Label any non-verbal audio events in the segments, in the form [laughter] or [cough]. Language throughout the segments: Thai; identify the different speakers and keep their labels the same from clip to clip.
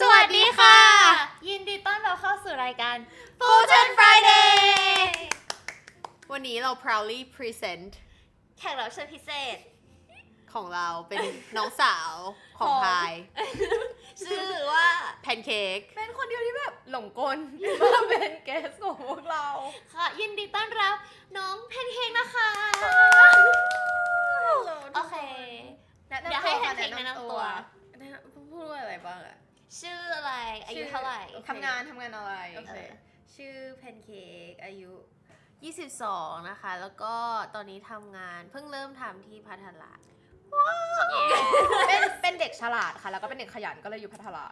Speaker 1: สวัสดีค่ะ
Speaker 2: ยินดีต้อนรับเข้าสู่รายการ
Speaker 1: Fusion Friday วันนี้เรา proudly present
Speaker 2: แขกรับเชิญพิเศษ
Speaker 1: ของเรา
Speaker 3: [laughs]
Speaker 1: เป็นน้องสาวขอ
Speaker 2: ขอ
Speaker 1: ง
Speaker 2: ง
Speaker 1: พาย
Speaker 2: ชื่อว่า
Speaker 1: แพนเค้ก
Speaker 3: เป็นคนเดียวที่แบบหลงกล ว่าเป็นเกสของพวกเรา
Speaker 2: ค่ะ ยินดีต้อนรับน้องเพนเค้กนะคะ โอเค เดี๋ยวให้แพนเค้กแนะนำตัว
Speaker 3: แนะนำพูดว่าอะไรบ้างอะ
Speaker 2: ชื่ออะไร อายุเท่าไหร่
Speaker 3: โอเคทำงานทำงานอะไร
Speaker 2: โอเค
Speaker 3: ชื่อแพนเค้กอายุ
Speaker 1: 22 นะคะ แล้วก็ตอนนี้ทำงานเพิ่งเริ่มทำที่พัทละ
Speaker 3: เป็นเป็นเด็กฉลาดค่ะ แล้วก็เป็นเด็กขยันก็เลยอยู่พัทลา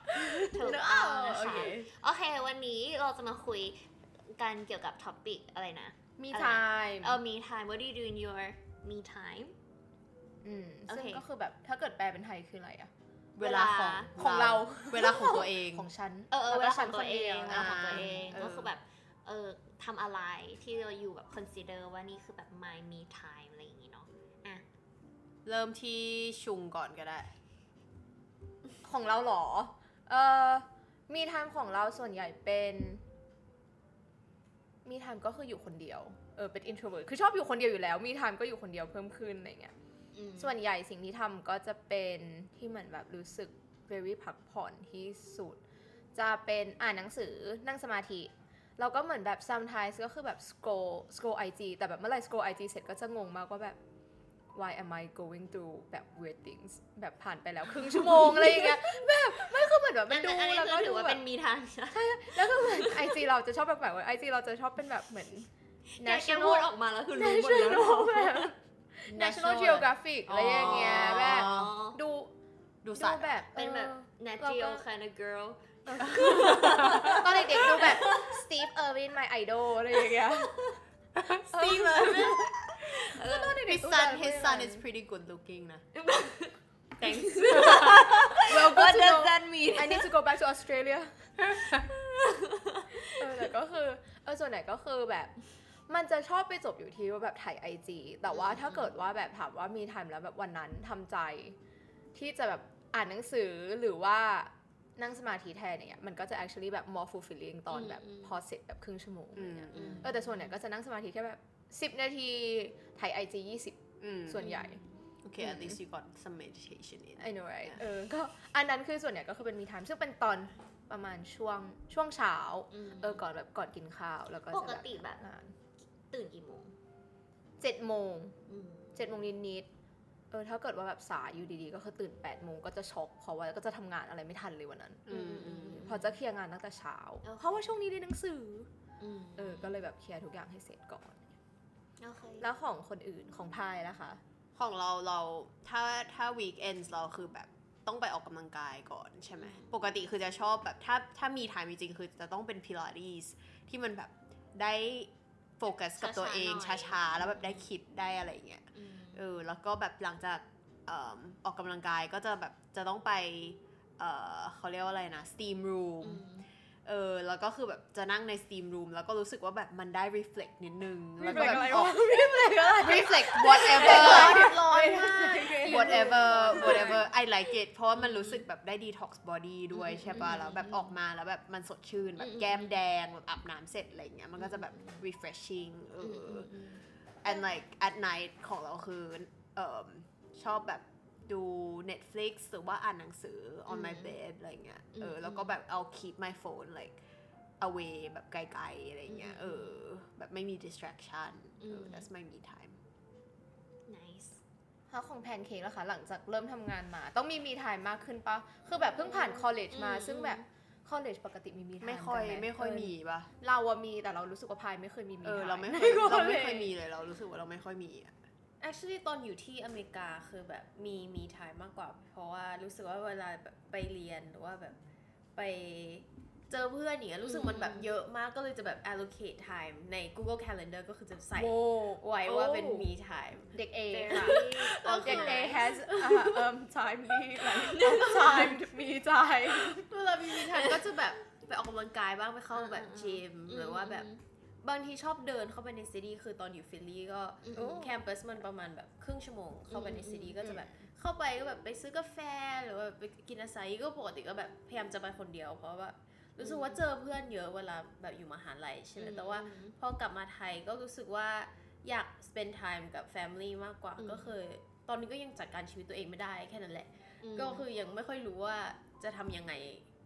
Speaker 2: ถูกต้อง
Speaker 3: โอ
Speaker 2: นะ
Speaker 3: เค
Speaker 2: คะโอเค วันนี้เราจะมาคุยกันเกี่ยวกับท็อปิกอะไรนะ
Speaker 3: มี
Speaker 2: อะไร
Speaker 3: ไทม์
Speaker 2: เออ me time what do you do in your me time
Speaker 3: อืม
Speaker 2: โอเค
Speaker 3: ซึ่งก็คือแบบถ้าเกิดแปลเป็นไทยคืออะไรอะ
Speaker 1: เวลาของ
Speaker 3: ของเรา
Speaker 1: เวลาของตัวเอง
Speaker 3: ของฉัน
Speaker 2: เออเออเวลาของ
Speaker 3: แก็
Speaker 2: ตัว
Speaker 3: ฉันคน
Speaker 2: เอ
Speaker 3: ดีย
Speaker 2: งเวลาของตัวเอง
Speaker 3: า
Speaker 2: ก็คือแบบเออทำอะไรที่เราอยู่แบบ consider ว่านี่คือแบบ my me time อะไรอย่างงี้เนาะอ่ะ
Speaker 1: เริ่มที่ชุงก่อนก็ได้
Speaker 3: ของเราเหรอ เออมีไทม์ของเราส่วนใหญ่เป็น มีไทม์ก็คืออยู่คนเดียว เออเป็น introvert คือชอบอยู่คนเดียวอยู่แล้ว มีไทม์ก็อยู่คนเดียวเพิ่มขึ้นอะไรเงี้ย
Speaker 2: อืม
Speaker 3: ส่วนใหญ่สิ่งที่ทำก็จะเป็นที่เหมือนแบบรู้สึก very พักผ่อนที่สุด จะเป็นอ่านหนังสือนั่งสมาธิแล้วก็เหมือนแบบ sometimes ก็คือแบบ scroll scroll IG แต่แบบเมื่อไหร่ scroll IG เสร็จก็จะงงมากว่าแบบ why am I going through แบบ weird things แบบผ่านไปแล้วครึ่งชั่วโมง อะไรอย่างเงี้ยแบบไม่คือเหมือนแบบมันดู
Speaker 2: อันนี้
Speaker 3: แล้ว
Speaker 2: คื
Speaker 3: ก็
Speaker 2: อถื
Speaker 3: ดู
Speaker 2: อว่า
Speaker 3: แบ
Speaker 2: เป็
Speaker 3: บ
Speaker 2: นมีทางนะ
Speaker 3: แล้วก็เหมือน IG เราจะชอบแบบแบบว่า IG เราจะชอบเป็นแบบเหมือน
Speaker 2: แกแกพูดออกมาแล้วคือรู้หมดแล้ว
Speaker 3: national แบบ national geographic อะไรอย่างเงี้ยแบบ
Speaker 2: อ๋อ
Speaker 3: ดู
Speaker 1: ดู
Speaker 3: ดู
Speaker 1: สัตว์
Speaker 3: แบ
Speaker 1: อะ
Speaker 3: บ
Speaker 2: เป็นแบบ
Speaker 3: ออ
Speaker 2: Nat
Speaker 3: เราก็
Speaker 2: Geo kind of girl
Speaker 3: ตอนเด็กๆดูแบบ Steve Irwin my idol อะไรอย่างเงี้ย
Speaker 1: ซีเลย
Speaker 3: คือ [laughs] ตอนเด็กๆ
Speaker 1: พี่
Speaker 3: ดู
Speaker 1: son
Speaker 3: แบบ
Speaker 1: his son is pretty good looking นะ thanks
Speaker 3: well good to know
Speaker 2: that mean
Speaker 3: I need to go back to
Speaker 2: [laughs]
Speaker 3: Australia เออแต่ก็คือเออส่วนไหนก็คือแบบ มันจะชอบไปจบอยู่ที่ว่าแบบถ่าย IG แต่ว่าถ้าเกิดว่าแบบถามว่ามี time แล้วแบบวันนั้นทำใจ ที่จะแบบอ่านหนังสือหรือว่านั่งสมาธิแทนอย่างเนี่ยมันก็จะ actually แบบ more fulfilling ตอนแบบ
Speaker 2: อืมอืม
Speaker 3: พอเสร็จแบบครึ่งชั่วโมงอะไรเงี้ย
Speaker 2: อืม
Speaker 3: เออแต่ส่วนใหญ่ก็จะนั่งสมาธิแค่แบบ 10 นาทีถ่ายไอจียี่สิบส่วนใหญ่
Speaker 1: โอเค at least you got some meditation in
Speaker 3: I know right เออก็อันนั้นคือส่วนใหญ่ก็คือเป็นมีไทม์ซึ่งเป็นตอนประมาณช่วงช่วงเช้า
Speaker 2: อืม
Speaker 3: เออก่อนแบบก่อนกินข้าวแล้วก็
Speaker 2: ป
Speaker 3: จะ
Speaker 2: ก
Speaker 3: แบบ
Speaker 2: ติแบบ
Speaker 3: งาน
Speaker 2: ตื่นกี่โมง
Speaker 3: เจ็ดโมง
Speaker 2: อืม
Speaker 3: เจ็ดโมงนิดๆเออถ้าเกิดว่าแบบสายอยู่ดีๆ ก็คือตื่น8ปดโมงก็จะช็อกเพราะว่าก็จะทำงานอะไรไม่ทันเลยวันนั้น
Speaker 2: อืมอืมอืม
Speaker 3: พอจะเคลียร์งานตั้งแต่เช้า
Speaker 2: โอเค
Speaker 3: เพราะว่าช่วงนี้เรียนหนังสือ
Speaker 2: ม
Speaker 3: เออก็เลยแบบเคลียร์ทุกอย่างให้เสร็จก่อน
Speaker 2: โอเค
Speaker 3: แล้วของคนอื่นของพายนะคะ
Speaker 1: ของเราเราถ้าถ้า weekends เราคือแบบต้องไปออกกำลังกายก่อนใช่ไหม ปกติคือจะชอบแบบถ้าถ้ามี time จริงๆคือจะต้องเป็นพิลาทิสที่มันแบบได้โฟกัสกับตัวเอง
Speaker 2: ช้าๆหน่อย
Speaker 1: ช้าๆ แล้วแบบได้คิดได้อะไรอย่างเงี้ย
Speaker 2: อืม
Speaker 1: เออแล้วก็แบบหลังจากเอิ่มออกกำลังกายก็จะแบบจะต้องไปเอ่อเขาเรียกว่าอะไรนะ steam room เออแล้วก็คือแบบจะนั่งใน steam room แล้วก็รู้สึกว่าแบบมันได้ reflect นิดนึงแล้วก็แบบ [laughs]
Speaker 3: reflect อะไร
Speaker 1: reflect whatever
Speaker 3: ร้อยมาก
Speaker 1: [laughs] whatever whatever I like it เพราะว่ามันรู้สึกแบบได้ detox body ด้วย
Speaker 2: อืม
Speaker 1: ใช่ป่ะ
Speaker 2: อืม
Speaker 1: แล้วแบบออกมาแล้วแบบมันสดชื่น แบบ
Speaker 2: อืม
Speaker 1: แก้มแดงแบบอาบน้ำเสร็จอะไรอย่างเงี้ยมันก็จะแบบ refreshing เอ
Speaker 2: อืม
Speaker 1: ออ
Speaker 2: อืมอืม
Speaker 1: and like at night ของเราคือเอิ่มชอบแบบดู Netflix หรือว่าอ่านหนังสือ on my
Speaker 2: อืม
Speaker 1: bed อะไรเงี้ยเอออ
Speaker 2: ม
Speaker 1: แล้วก็แบบ I'll keep my phone like away แบบไกลๆอะไรเงี้ย
Speaker 2: อืม
Speaker 1: เออแบบไม่มี distraction เอออ
Speaker 2: ม
Speaker 1: that's my me time
Speaker 2: nice
Speaker 3: ฮะของแพนเค้กนะคะหลังจากเริ่มทำงานมา ต้องมีมีไทม์มากขึ้นปะคือแบบเพิ่งผ่านคอลเลจมา
Speaker 2: อืม
Speaker 3: ซึ่งแบบคอลเลจปกติมีมีไทม์
Speaker 1: ไม่ค่อย
Speaker 3: กันห
Speaker 1: ไม่ค่อย
Speaker 3: เ
Speaker 1: มีป่ะ
Speaker 3: เราอะมีแต่เรารู้สึกว่าพายไม่เคยมีมี
Speaker 1: เอ
Speaker 3: ไท
Speaker 1: อ
Speaker 3: ม์
Speaker 1: เราไม่เค
Speaker 3: ใน
Speaker 1: ย
Speaker 3: อลลจ
Speaker 1: เราไม่เคยมีเลยเรารู้สึกว่าเราไม่ค่อยมีอะ
Speaker 4: actually ตอนอยู่ที่อเมริกาคือแบบมีมี time มากกว่า เพราะว่ารู้สึกว่าเวลาแบบไปเรียนหรือว่าแบบไปเจอเพื่อนอย่างเงี้ยรู้สึกมันแบบเยอะมากก็เลยจะแบบ allocate time ใน Google Calendar ก็คือจะใส่
Speaker 3: โว้
Speaker 4: ไว้ว่าเป็นมี time
Speaker 3: เด็กเอ
Speaker 2: very
Speaker 3: เด็กเอ
Speaker 2: organized
Speaker 3: has อ่าเอิ่ม time มี like time มีใจ
Speaker 4: เวลามีมี time ก็จะแบบไปออกกำลังกายบ้างไปเข้าแบบจิมหรือว่าแบบ บางทีชอบเดินเข้าไปในซิตี้คือตอนอยู่ฟิลลี่ก็
Speaker 2: อืม
Speaker 4: โอ้แคมปัสมันประมาณแบบครึ่งชั่วโมง เข้าไปในซิตี้ก็จะแบบ
Speaker 1: อืม
Speaker 4: เข้าไปก็แบบไปซื้อกาแฟหรือว่าไปกินอาซาอิก็ปกติก็แบบพยายามจะไปคนเดียว เพราะว่ารู้สึกว่าเจอเพื่อนเยอะเวลาแบบอยู่มหาลัยใช่ไหมแต่ว่า พอกลับมาไทยก็รู้สึกว่าอยาก spend time กับ family มากกว่า
Speaker 2: อืม
Speaker 4: ก็คือตอนนี้ก็ยังจัดการชีวิตตัวเองไม่ได้แค่นั้นแหละ
Speaker 2: ม
Speaker 4: ก็คือยังไม่ค่อยรู้ว่าจะทำยังไง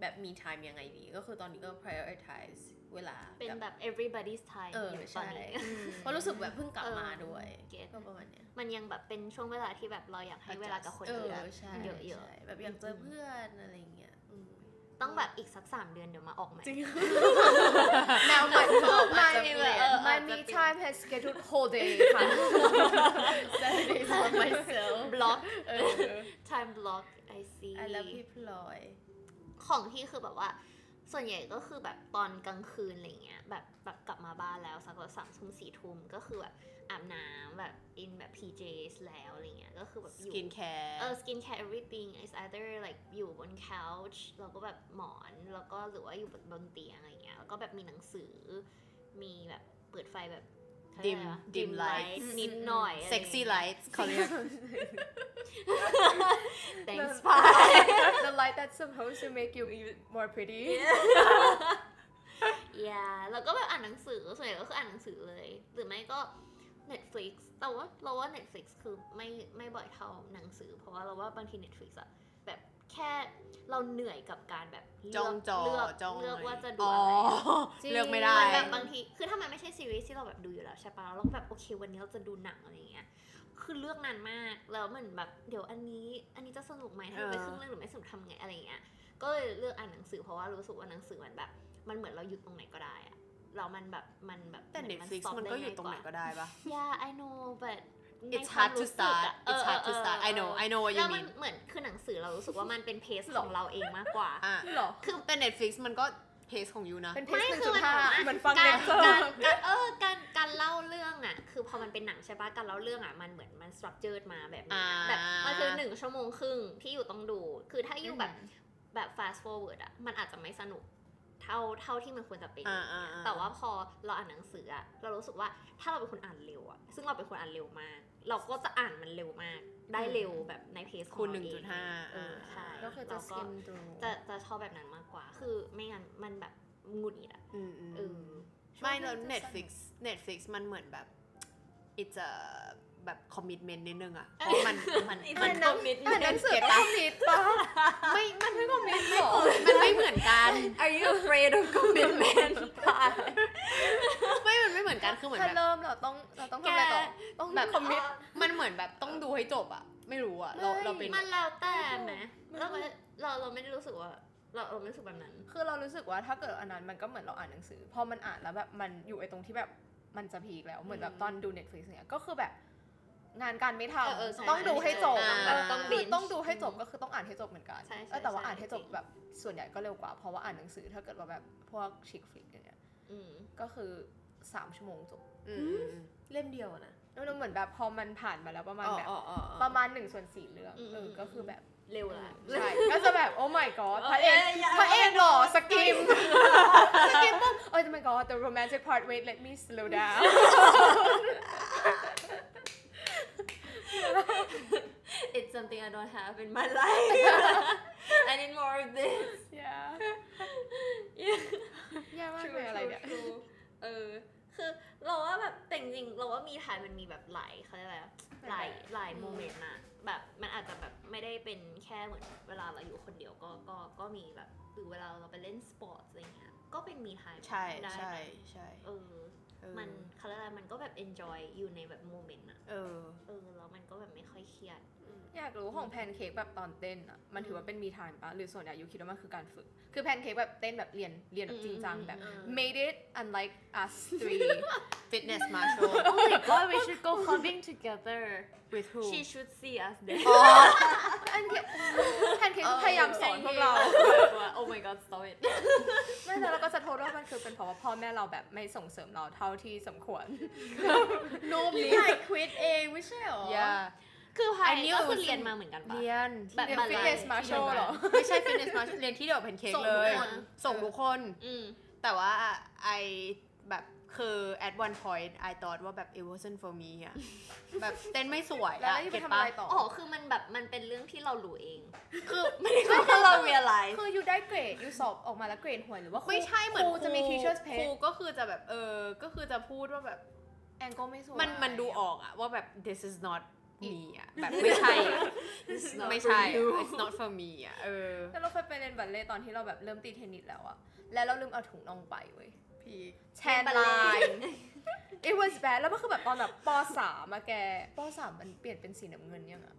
Speaker 4: แบบมี time ยังไงดี ก็คือตอนนี้ก็ prioritize เวลา
Speaker 2: เป็น
Speaker 4: กับ
Speaker 2: แบบ everybody's time
Speaker 4: เออ
Speaker 2: อยู่ตอ
Speaker 4: ใช่
Speaker 2: นนี้
Speaker 4: เพราะรู้สึกแบบเพิ่งกลับมา
Speaker 2: เออ
Speaker 4: ด้วย
Speaker 2: เก็ต
Speaker 4: ก็ประมาณเนี้ย
Speaker 2: มันยังแบบเป็นช่วงเวลาที่แบบเราอยากให้เวลากับคนอื่น
Speaker 4: เออใช่
Speaker 2: เยอะๆ
Speaker 4: ใช่แบบอยากเจอเพื่อนอะไรอย่างเงี้ยอืม
Speaker 2: ต้องแบบอีกสักสามเดือนเดี๋ยวมาออกใหม่
Speaker 4: แนวใหม่ของเราอาจจะเปลี่ยน
Speaker 3: My me time has scheduled whole day ค่ะ
Speaker 2: [laughs]
Speaker 4: Saturdays for [laughs] myself
Speaker 2: บล็อก
Speaker 4: เออ
Speaker 2: time block I see
Speaker 4: I love พี่พล
Speaker 2: [laughs]
Speaker 4: อย
Speaker 2: ของที่คือแบบว่า ส่วนใหญ่ก็คือแบบตอนกลางคืนอะไรเงี้ยแบบแบบกลับมาบ้านแล้วสักแบบสามทุ่มสี่ทุ่มก็คือแบบอาบน้ำแบบ in แบบ PJs แล้วอะไรเงี้ยก็คือแบบ
Speaker 1: ส
Speaker 2: อยู่
Speaker 1: กินแคร์
Speaker 2: เออ skin care everything is either like อยู่บน couch แล้วก็แบบหมอนแล้วก็หรือว่าอยู่บนบนเตียงอะไรเงี้ยแล้วก็แบบมีหนังสือ มีแบบเปิดไฟแบบเขาเรียกอะไรวะ
Speaker 1: Dim- dim light
Speaker 2: light นิดหน่อย
Speaker 1: เซ็กซี่ไลท์เขาเรียก
Speaker 2: แต่งส
Speaker 3: The-
Speaker 2: ปา
Speaker 3: The light that's supposed to make you even more pretty
Speaker 2: อย่าแล้วก็แบบอ่านหนังสือส่วนใหญ่ก็คืออ่านหนังสือเลย หรือไม่ก็ Netflix แต่ว่าเราว่า Netflix คือไม่ไม่บ่อยเท่าหนังสือ เพราะว่าเราว่าบางที Netflix อะแบบแค่เราเหนื่อยกับการแบบเลื
Speaker 1: จ้อก งจอ
Speaker 2: เลืก
Speaker 1: จ้อง
Speaker 2: เลือกว่าจะดู
Speaker 1: อ๋อ
Speaker 2: อะไร
Speaker 3: จริง
Speaker 1: เลือกไม่ได้
Speaker 2: มันแบบบางที คือถ้ามันไม่ใช่ซีรีส์ที่เราแบบดูอยู่แล้วใช่ปะแล้วเราก็แบบโอเควันนี้เราจะดูหนังอะไรอย่างเงี้ย คือเลือกนานมาก แล้วเหมือนแบบเดี๋ยวอันนี้ อันนี้จะสนุกไหมถ้าดูไป
Speaker 1: เออ
Speaker 2: ครึ่งเรื่องหรือไม่สนุกทำไงอะไรอย่างเงี้ย ก็เลยเลือกอ่านหนังสือเพราะว่ารู้สึกว่าหนังสือมันแบบ มันเหมือนเราหยุดตรงไหนก็ได้อะแล้วมันแบบมันแบบ
Speaker 1: แต่
Speaker 2: หมือ
Speaker 1: Netflix
Speaker 2: stop
Speaker 1: มันก็อยู่
Speaker 2: ด้
Speaker 1: ตรงไหน
Speaker 2: ง่า
Speaker 1: ก็ได้ปะ
Speaker 2: Yeah I know but ใน
Speaker 1: It's
Speaker 2: ความ
Speaker 1: hard to
Speaker 2: รู้สึก
Speaker 1: start
Speaker 2: อะเออ
Speaker 1: It's hard to
Speaker 2: เออ
Speaker 1: start I know I know what
Speaker 2: แล้
Speaker 1: you
Speaker 2: วมัน
Speaker 1: mean
Speaker 2: เหมือนคือหนังสือเรารู้สึกว่ามันเป็นเพสของเราเองมากกว่า
Speaker 1: อ่ะ
Speaker 3: หรอ
Speaker 1: แต่ Netflix มันก็เพจของยูนะ
Speaker 3: เป็นเพจ
Speaker 2: ไม่
Speaker 3: หนึ่ง
Speaker 2: คื
Speaker 3: จุ
Speaker 2: อ
Speaker 3: ด
Speaker 2: มัน
Speaker 3: ห้า
Speaker 2: แบบว่า
Speaker 3: เหมือนฟัง
Speaker 2: กา
Speaker 3: เล
Speaker 2: ร
Speaker 3: คเซอร์
Speaker 2: การการเออการการเล่าเรื่องอ่ะ คือพอมันเป็นหนังใช่ปะการเล่าเรื่องอ่ะมันเหมือนมันสตรัคเจอร์มาแบบนี้อะ
Speaker 1: อ่า
Speaker 2: แบบมันคือหนึ่งชั่วโมงครึ่งที่อยู่ต้องดู คือถ้าอยู่แบบแบบ fast forward อ่ะมันอาจจะไม่สนุกเท่าเท่าที่มันควรจะเป็น
Speaker 1: อ่าอ่าอ่
Speaker 2: แต่ว่าพอเราอ่านหนังสืออะเรารู้สึกว่าถ้าเราเป็นคนอ่านเร็วอะซึ่งเราเป็นคนอ่านเร็วมาก เราก็จะอ่านมันเร็วมาก ได้เร็วแบบในเพจของ
Speaker 1: คูณ
Speaker 2: เราเอง
Speaker 1: 1.5
Speaker 2: เออใช่
Speaker 3: ก็คือจะ
Speaker 2: เรา
Speaker 3: สกินดู
Speaker 2: จะจะชอบแบบนั้นมากกว่า คือไม่งั้นมันแบบหงุดหงิดอะ
Speaker 1: อืมอืม
Speaker 2: เออ
Speaker 1: ไม่แล้ว Netflix Netflix มันเหมือนแบบ it's a แบบ commitment นิดนึงอ่ะเพราะมันมัน
Speaker 3: มั
Speaker 1: มัน น
Speaker 3: หนังอ่านหนังสือคอมมิตปะ
Speaker 1: ไม่มันไม่
Speaker 3: คอมมิตหรอ
Speaker 1: มันไม่เหมือนกัน
Speaker 2: Are you afraid of commitment
Speaker 1: [laughs] ไม่มันไม่เหมือนกันคือเหมือน
Speaker 3: ถ้า
Speaker 1: แบบ
Speaker 3: เริ่มเราต้องเราต้องทำอะไรต่อ
Speaker 1: แก
Speaker 3: ต้อง
Speaker 1: แบบ
Speaker 3: คอมมิต
Speaker 1: มันเหมือนแบบต้องดูให้จบอ่ะ ไม่รู้อ่ะ เราเราเป็น
Speaker 2: มันแล้วแต่ไหม
Speaker 3: ไม่
Speaker 2: เราไม่เราเราไม่ได้รู้สึกว่า เราเราไม่รู้สึกแบบนั้น
Speaker 3: คือเรารู้สึกว่าถ้าเกิดอันนั้นมันก็เหมือนเราอ่านหนังสือ พอมันอ่านแล้วแบบมันอยู่ไอ้ตรงที่แบบมันจะพีคแล้ว เหมือนแบบตอนดู Netflix เนี่ยก็คือแบบงานการไม่ท
Speaker 2: เออเออใช่
Speaker 3: ำต้องดูให้จบ
Speaker 1: อ่า
Speaker 3: แบบ
Speaker 2: ต้อง
Speaker 3: คือ
Speaker 2: binge
Speaker 3: ต้องดูให้จบก็คือต้องอ่านให้จบเหมือนกัน
Speaker 2: ใช่ใช่
Speaker 3: เออแต่ว่า
Speaker 2: ใช่
Speaker 3: อ่านให้จบ
Speaker 2: จริง
Speaker 3: แบบส่วนใหญ่ก็เร็วกว่าเพราะว่าอ่านหนังสือถ้าเกิดว่าแบบพวกชิคฟลิกอย่างเงี้ย
Speaker 2: อืม
Speaker 3: ก็คือสามชั่วโมงจบ
Speaker 1: อืมอืมอืม
Speaker 4: เล่มเดียวนะ
Speaker 3: แล้วมันเหมือนแบบพอมันผ่านมาแล้วประมาณ
Speaker 4: อ๋อ
Speaker 3: แบบ
Speaker 4: อ๋ออ๋ออ๋อ
Speaker 3: ประมาณหนึ่งส่วนสี่เรื่อง
Speaker 2: อืม
Speaker 3: เออ
Speaker 2: ม
Speaker 3: อก็คือแบบ
Speaker 2: เร็วละ
Speaker 3: ใช่ก็จะแบบ oh my god พระเอก
Speaker 4: เอ้ยอย่า
Speaker 3: พระเอกหล่อสกิมสกิมปุ๊บ oh my god the romantic part wait let me slow [laughs] down
Speaker 2: ใช่ [laughs] It's something I don't have in my life [laughs] I need more of this
Speaker 3: yeah แย่มากเลยอะไรเนี่ย
Speaker 2: True, true, true. เออ คือเราว่าแบบแต่จริงๆเราว่ามีไทยมันมีแบบหลายเขาเรียกอะไรอะหลายหลายโมเมนต์อะแบบมันอาจจะแบบไม่ได้เป็นแค่เหมือนเวลาเราอยู่คนเดียวก็ก็ก็มีแบบหรือเวลาเราไปเล่นสปอร์ตอะไรเงี้ย ก็เป็นมีไทย
Speaker 1: ใช่
Speaker 2: ได้
Speaker 1: ใช่ใช่
Speaker 2: เออ
Speaker 1: เออ
Speaker 2: มันเขาเรียกอะไรมันก็แบบ enjoy อยู่ในแบบโมเมนต์อะ
Speaker 1: เออ
Speaker 2: เออ แล้วมันก็แบบไม่ค่อยเครียด
Speaker 3: อยากรู้ของแพนเค้กแบบตอนเต้นอ่ะ มันถือว่าเป็นมีทานปะหรือส่วนใหญ่ยูคิดว่ามันคือการฝึก คือแพนเค้กแบบเต้นแบบเรียนเรียนแบบจริงจังแบบ
Speaker 2: อืมอืมอืม
Speaker 3: made it unlike us [laughs] three
Speaker 1: fitness marshal
Speaker 2: Oh my god we should go clubbing together
Speaker 1: with who
Speaker 2: she should see us there
Speaker 1: อ๋อ
Speaker 3: แพนเค้กแพนเค้กพยายามสอนพวกเรา
Speaker 2: Oh my god stop it
Speaker 3: ไม่แล้วเราก็จะโทษว่ามันคือเป็นเพราะว่าพ่อแม่เราแบบไม่ส่งเสริมเราเท่าที่สมควร
Speaker 4: รูปนี้ถ่ายควิดเองไม่ใช่หรอ
Speaker 1: yeah
Speaker 2: คือพาย
Speaker 1: อันนี้
Speaker 2: ก็คือ
Speaker 1: เรา
Speaker 2: เรียนมาเหมือนกันปะ
Speaker 1: เรียน
Speaker 2: แบบ
Speaker 3: เรียน
Speaker 2: บาลานซ์
Speaker 3: fitness marshal เหรอ
Speaker 1: [laughs] ไม่ใช่ fitness marshal เรียนที่เดียวกับแพนเค้ก
Speaker 4: ส่ง
Speaker 1: เล
Speaker 4: ทุก
Speaker 1: ย
Speaker 4: คน
Speaker 1: ส่งทุกคน
Speaker 2: อืม
Speaker 1: แต่ว่าไอแบบ คือ at one point I thought ว่าแบบ it wasn't for me อะ แบบเต้นไม่สวย
Speaker 3: แล้ว
Speaker 1: อะ
Speaker 3: แล้วจะไป
Speaker 1: เก็ต
Speaker 3: ทำอะ
Speaker 1: ปะ
Speaker 3: ไรต่อ
Speaker 2: อ๋อคือมันแบบมันเป็นเรื่องที่เรารู้เอง
Speaker 1: คือไม่ได้ว่าเราเรียลไล
Speaker 3: [laughs] คืออยู่ได้เกรดอยู่สอบออกมาแล้วเกรดห่วยหรือว่าครู
Speaker 1: ไม่ใช่เหมือน
Speaker 3: ครูจะมี teachers
Speaker 1: ครู
Speaker 3: pet
Speaker 1: ก็คือจะแบบเออ ก็คือจะพูดว่าแบบ
Speaker 3: แองโกไม่สวย
Speaker 1: มันมันดูออกอะว่าแบบ this is not me อะแบบไม่ใช่อะ
Speaker 2: This is not
Speaker 1: ไม่ใช่
Speaker 2: for you
Speaker 1: อะ it's not for me อะเออ
Speaker 3: แล้วเราเคยไปเรียนบัลเล่ต์ตอนที่เราแบบเริ่มตีเทนนิสแล้วอะแล้วเราลืมเอาถุงน่องไปเว้ย
Speaker 1: พีค
Speaker 3: แช
Speaker 2: [laughs]
Speaker 3: นไลน์ it was bad แล้วมันคือแบบตอนแบบปสามอะแกปสามมันเปลี่ยนเป็นสีน้ำเงินยังอะ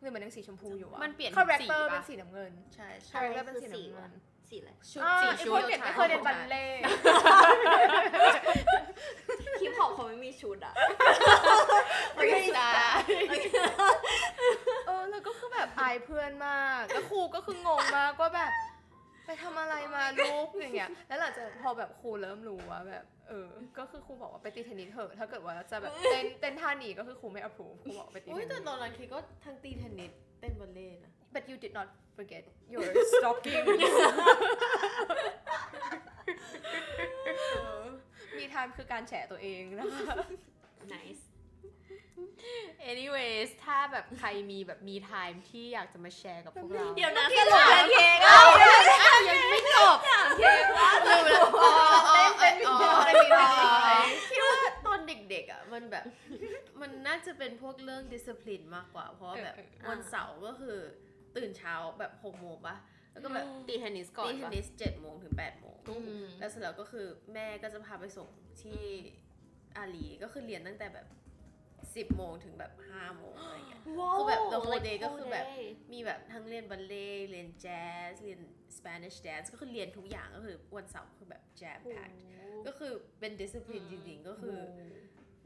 Speaker 3: หรือมันยังสีชมพูอยู่อะ
Speaker 1: มันเปลี่ยน
Speaker 3: คาแรค
Speaker 1: สี
Speaker 3: เตอร์
Speaker 1: ปะ
Speaker 3: เป็นสีน้ำเงิน
Speaker 4: ใช่
Speaker 3: คา
Speaker 4: ใช่
Speaker 3: แรคเตอร์เป็น
Speaker 2: คื
Speaker 3: สี
Speaker 2: อสี
Speaker 3: น้ำเงิ
Speaker 2: วะ
Speaker 3: น
Speaker 2: สีอะไร
Speaker 4: ชุด
Speaker 3: อ่า
Speaker 4: สี
Speaker 3: ไอ้
Speaker 4: ชุ
Speaker 3: พว
Speaker 4: ด
Speaker 3: กเด็กไม่เคยเรียนบัลเล่ต์
Speaker 2: ฮิปฮอปเขาไม่มีชุดอ่ะ
Speaker 1: ไม่ใช่
Speaker 3: เออแล้วก็คือแบบอายเพื่อนมาก แล้วครูก็คืองงมากว่าแบบ ไปทำอะไรมาลูกอย่างเงี้ย แล้วหลังจากพอแบบครูเริ่มรู้ว่าแบบ เออ ก็คือครูบอกว่าไปตีเทนนิสเถอะถ้าเกิดว่าจะแบบเต้นเต้นท่าหนีก็คือครูไม่ approve ครูบอกว่าไปตีเทน
Speaker 4: อุ้ย
Speaker 3: นิส
Speaker 4: แต่ตอนหลังคิดก็ทั้งตีเทนนิสเต้นบอลเล่ต์นะ
Speaker 3: But you did not forget [laughs] your stocking มีทานคือการแฉตัวเองนะคะ
Speaker 2: nice
Speaker 1: [laughs] anyways ถ้าแบบใครมีแบบมี time ที่อยากจะมาแชร์กับพวกเรา
Speaker 2: เดี๋ยวนะสรุปเป็นเพลง
Speaker 1: อ้าวอ้าวยังไม่จบลืมแล้วอ๋ออ๋ออ๋ออ๋ออ๋อ
Speaker 4: คิดว่าตอนเด็กๆอ่ะมันแบบ มันน่าจะเป็นพวกเรื่องดิส i ปลินมากกว่า เพราะว่าแบบ
Speaker 3: เออ
Speaker 4: วันเสาร์ก็คือตื่นเช้าแบบหกโมงปะแล้วก็แบบ
Speaker 1: ตีเทนนิสก่อน
Speaker 4: ตีเทนนิสเจ็ดโมงถึงแปดโมง
Speaker 2: อืม
Speaker 4: แล้วเสร็จแล้วก็คือแม่ก็จะพาไปส่งที่อาลีก็คือเรียนตั้งแต่แบบสิบโมงถึงแบบห้าโมงอะไรอย่างเงี้ย คือแบบ the whole day ก็คือแบบ มีแบบทั้งเรียนบัลเล่ต์เรียนแจ๊สเรียน Spanish dance ก็คือเรียนทุกอย่างก็คือวันเสาร์คือแบบแจมแพ็คก็คือเป็นดิส i ปลิน
Speaker 2: อื
Speaker 4: จ
Speaker 2: ม
Speaker 4: ริงๆก็คือ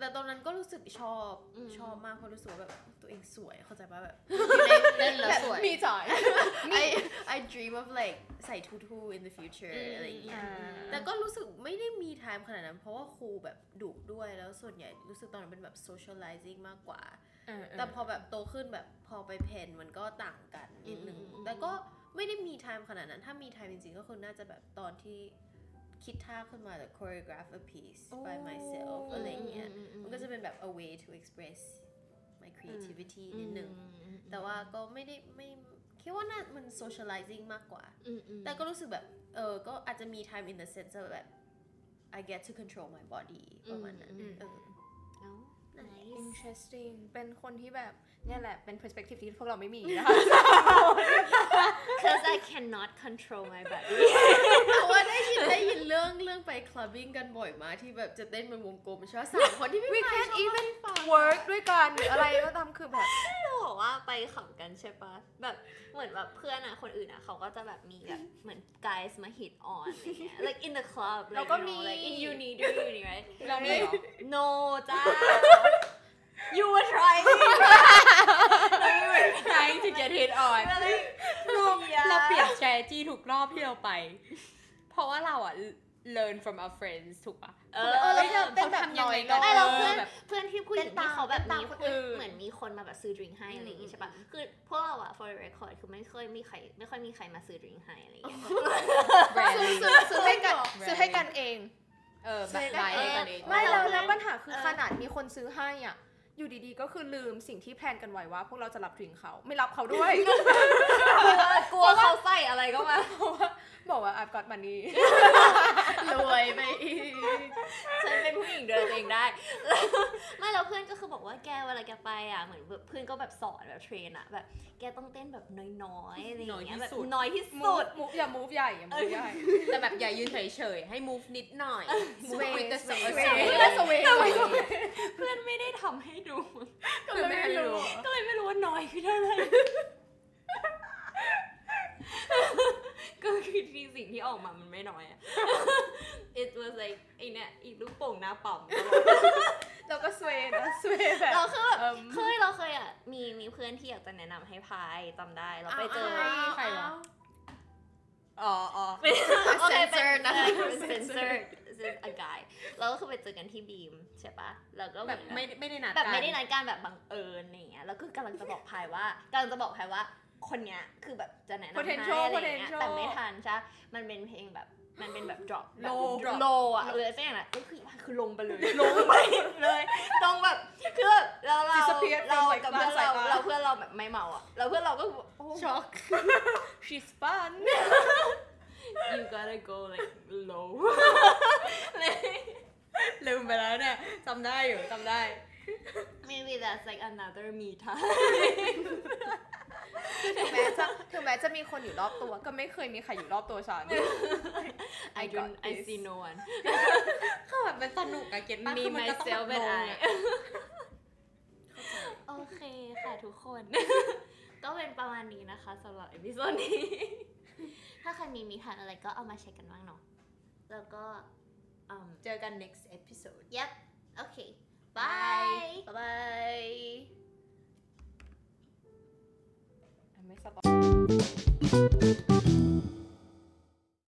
Speaker 4: แต่ตอนนั้นก็รู้สึกชอบ
Speaker 2: อืม
Speaker 4: ชอบมากเพราะรู้สึกว่าแบบตัวเองสวยเข้าใจป่ะแบบ
Speaker 1: เล่นแล้วสวย
Speaker 3: [laughs] มีจ่อย
Speaker 4: I I dream of like ใส่ทูทูๆ in the future อะไรอย่างเงี้ยแต่ก็รู้สึกไม่ได้มีไทม์ขนาดนั้น เพราะว่าครูแบบดุด้วยแล้วส่วนใหญ่รู้สึกตอนนั้นเป็นแบบ socializing มากกว่า แต่พอแบบโตขึ้นแบบพอไปเพนมันก็ต่างกันนิดนึง
Speaker 2: อืมอืม
Speaker 4: แต่ก็ไม่ได้มีไทม์ขนาดนั้น ถ้ามีไทม์จริงๆ ก็คือน่าจะแบบตอนที่คิดท่าขึ้นมาแบบ choreograph a piece by
Speaker 3: โอ้
Speaker 4: myself
Speaker 3: อืม
Speaker 4: อะไรอย่างเงี้ย มันก็จะเป็นแบบ a way to express my creativity นิดนึง แต่ว่าก็ไม่ได้ไม่คิดว่าน่ามัน socializing มากกว่า แต่ก็รู้สึกแบบ เออ ก็อาจจะมี time in the sense ว่าแบบ I get to control my body ประมาณนั้น
Speaker 2: อืม
Speaker 4: เออ
Speaker 3: interesting เป็นคนที่แบบเนี่ยแหละเป็น perspective ที่พวกเราไม่มีนะคะ
Speaker 2: because I cannot control my [laughs] body
Speaker 4: แต่ว่าได้ยิน [laughs] ได้ยินเรื่องเรื่องไป clubbing กันบ่อยมากที่แบบจะเต้นเป็นวงกลมใช่ไหมสามคนที่
Speaker 3: we
Speaker 4: พี่พาย
Speaker 3: can't
Speaker 4: ชอบ
Speaker 3: even work ด้วยกันหรืออะไรก็ตามคือแบบ
Speaker 2: จะบอกว่าไปขำกันใช่ปะแบบเหมือนแบบเพื่อนอะคนอื่นอะเขาก็จะแบบมีแบบเหมือน guys มา hit on อะไรเงี้ [laughs] ย like in the club
Speaker 3: เราก็มี
Speaker 2: like, you know, like in uni during uni right
Speaker 3: เราไม่
Speaker 4: [laughs]
Speaker 2: no
Speaker 1: [laughs]
Speaker 2: จ้า you were
Speaker 4: [laughs]
Speaker 2: trying you were
Speaker 1: trying to get hit on
Speaker 2: really
Speaker 1: [laughs] เราเปลี่ยน strategy ถูกรอบที่เราไป เพราะว่าเราอ่ะ learn from our friends ถูกปะ
Speaker 2: เออ
Speaker 3: เออ
Speaker 2: แล้
Speaker 3: แล้ว วเธอเป็นแบบน้อยลง
Speaker 2: ไม่เราเพื่อนเพื่อนที่ผู้หญิง
Speaker 3: เต้นตาม
Speaker 2: ที่เขาแบบ
Speaker 3: เต้นตาม
Speaker 2: มี
Speaker 3: คน
Speaker 2: เพื่อน
Speaker 3: อื่น
Speaker 2: เหมือนมีคนมาแบบซื้อดริงให้อะไรอย่างงี้ใช่ปะคือพวกเราอะ for the record คือไม่เคยมีใครไม่ค่อยมีใครมาซื้อดริงให้อะไรอย่างเงี้ย
Speaker 3: ซื้อซื้อซื้อให้กันซื้อให้กันเอง
Speaker 1: เออแบบไลน์กันเอง
Speaker 2: ไม่
Speaker 3: ไม่แล้ว
Speaker 2: เรา
Speaker 3: แล้วปัญหาคือ
Speaker 2: เออ
Speaker 3: ขนาดมีคนซื้อให้อ่ะ อยู่ดีๆก็คือลืมสิ่งที่แพลนกันไว้ว่า พวกเราจะรับถึงเขาไม่รับเขาด้วย
Speaker 2: [laughs] กลัวเขาใส่อะไรก็มา
Speaker 3: บอกว่า I've got money
Speaker 4: ร
Speaker 1: [laughs]
Speaker 4: วยไปอีก
Speaker 2: ฉันเป็นผู้หญิงเดินเองได้แล้วไม่แล้วเพื่อนก็คือบอกว่าแกเวลาแกไปอ่ะเหมือนแบบเพื่อนก็แบบสอนแบบเทรนอ่ะแบบแกต้องเต้นแบบน้อยๆอะไรอย่างเงี้ยแบบน้อยที่สุด
Speaker 3: มูฟอย่ามูฟใหญ่อย่ามูฟใหญ่
Speaker 1: แต่แบบอย่ายืนเฉยๆ ให้ move นิดหน่อย move with the sway
Speaker 3: เวยสเวย
Speaker 2: เพื่อนไม่ได้ทำให้ดู
Speaker 3: ก็เลยไม่รู้
Speaker 2: ก็เลยไม่รู้ว่าน้อยคือเท่าไหร่ [laughs] ก็คือที่สิ่งที่ออกมามันไม่น้อยอ่ะ [laughs] it was like ไอเนี่ยอีลูกโป่งหน้าปั๊ม [laughs] ตลอด
Speaker 3: เราก็สเวยนะสเวยแบบ
Speaker 2: เราคือแบบ
Speaker 3: เอิ่ม
Speaker 2: เคยเราเคยอ่ะมีมีเพื่อนที่อยากจะแนะนำให้พายจำได้เราไปเจอ
Speaker 1: อ้าว ใครวะ อ๋ออ๋อ
Speaker 2: โอเคป็
Speaker 4: Censor นะ
Speaker 2: เซนเซอร์ is a guy แล้วก็คือไปเจอกันที่บีมใช่ปะแล้วก็เห
Speaker 1: แบ
Speaker 2: มือบ น
Speaker 1: ไม่ไม่ได้นัด
Speaker 2: แบบ
Speaker 1: กัน
Speaker 2: ไม่ได้นัดกันแบบบังเอิญอะไรอย่างเงี้ยแล้วคือกำลังจะบอกพายว่ากำลังจะบอกพายว่าคนเนี้ยคือแบบจะแนะนำให้
Speaker 3: Potential
Speaker 2: อะไรอย่างเงี้ย
Speaker 3: potential
Speaker 2: แต่ไม่ทันใช่ มันเป็นเพลงแบบ มันเป็นแบบ drop แบบ
Speaker 1: Low drop
Speaker 2: โลอะหรืออะไรสักอย่างอะก็คือมันคือลงไปเลย [laughs] ลงไปเลยต้องแบบคือแบบเราเรา
Speaker 4: Disappear from
Speaker 2: เรา
Speaker 4: like
Speaker 2: กับเพื่อน
Speaker 4: บ้าน
Speaker 2: เรา
Speaker 4: สายตา
Speaker 2: เราเพื่อนเราแบบไม่เมาอะแล้วเพื่อนเราก็โอ้
Speaker 4: ช็อก
Speaker 2: [laughs]
Speaker 4: she's fun
Speaker 2: you gotta go like [laughs] low
Speaker 4: ลืมไปแล้วเนี่ยจำได้อยู่จำได้
Speaker 2: maybe that's like another me time
Speaker 3: ถึงแม้จะถึงแม้จะมีคนอยู่รอบตัว ก็ไม่เคยมีใครอยู่รอบตัวฉัน
Speaker 2: I
Speaker 3: I
Speaker 2: don't
Speaker 3: got
Speaker 2: I
Speaker 3: this.
Speaker 2: see no
Speaker 4: [laughs]
Speaker 2: one
Speaker 4: ก็แบบมันสนุกอะ
Speaker 2: [laughs]
Speaker 4: เก็ตมาก
Speaker 2: me
Speaker 4: คือมันก็ต้อง
Speaker 2: myself
Speaker 4: แบบ
Speaker 2: and
Speaker 4: ลง
Speaker 2: I
Speaker 4: อะ
Speaker 2: โอเคค่ะทุกคน [laughs] ก็เป็นประมาณนี้นะคะสำหรับเอพิโซดนี้
Speaker 4: [laughs]
Speaker 2: ถ้าใครมีมีทานอะไรก็เอามาแชร์กันบ้างเนาะแล้วก็อืม
Speaker 4: เจอกัน next episode
Speaker 2: Yep. Okay. Bye.
Speaker 4: Bye.
Speaker 2: Bye.
Speaker 3: ไม่สปอย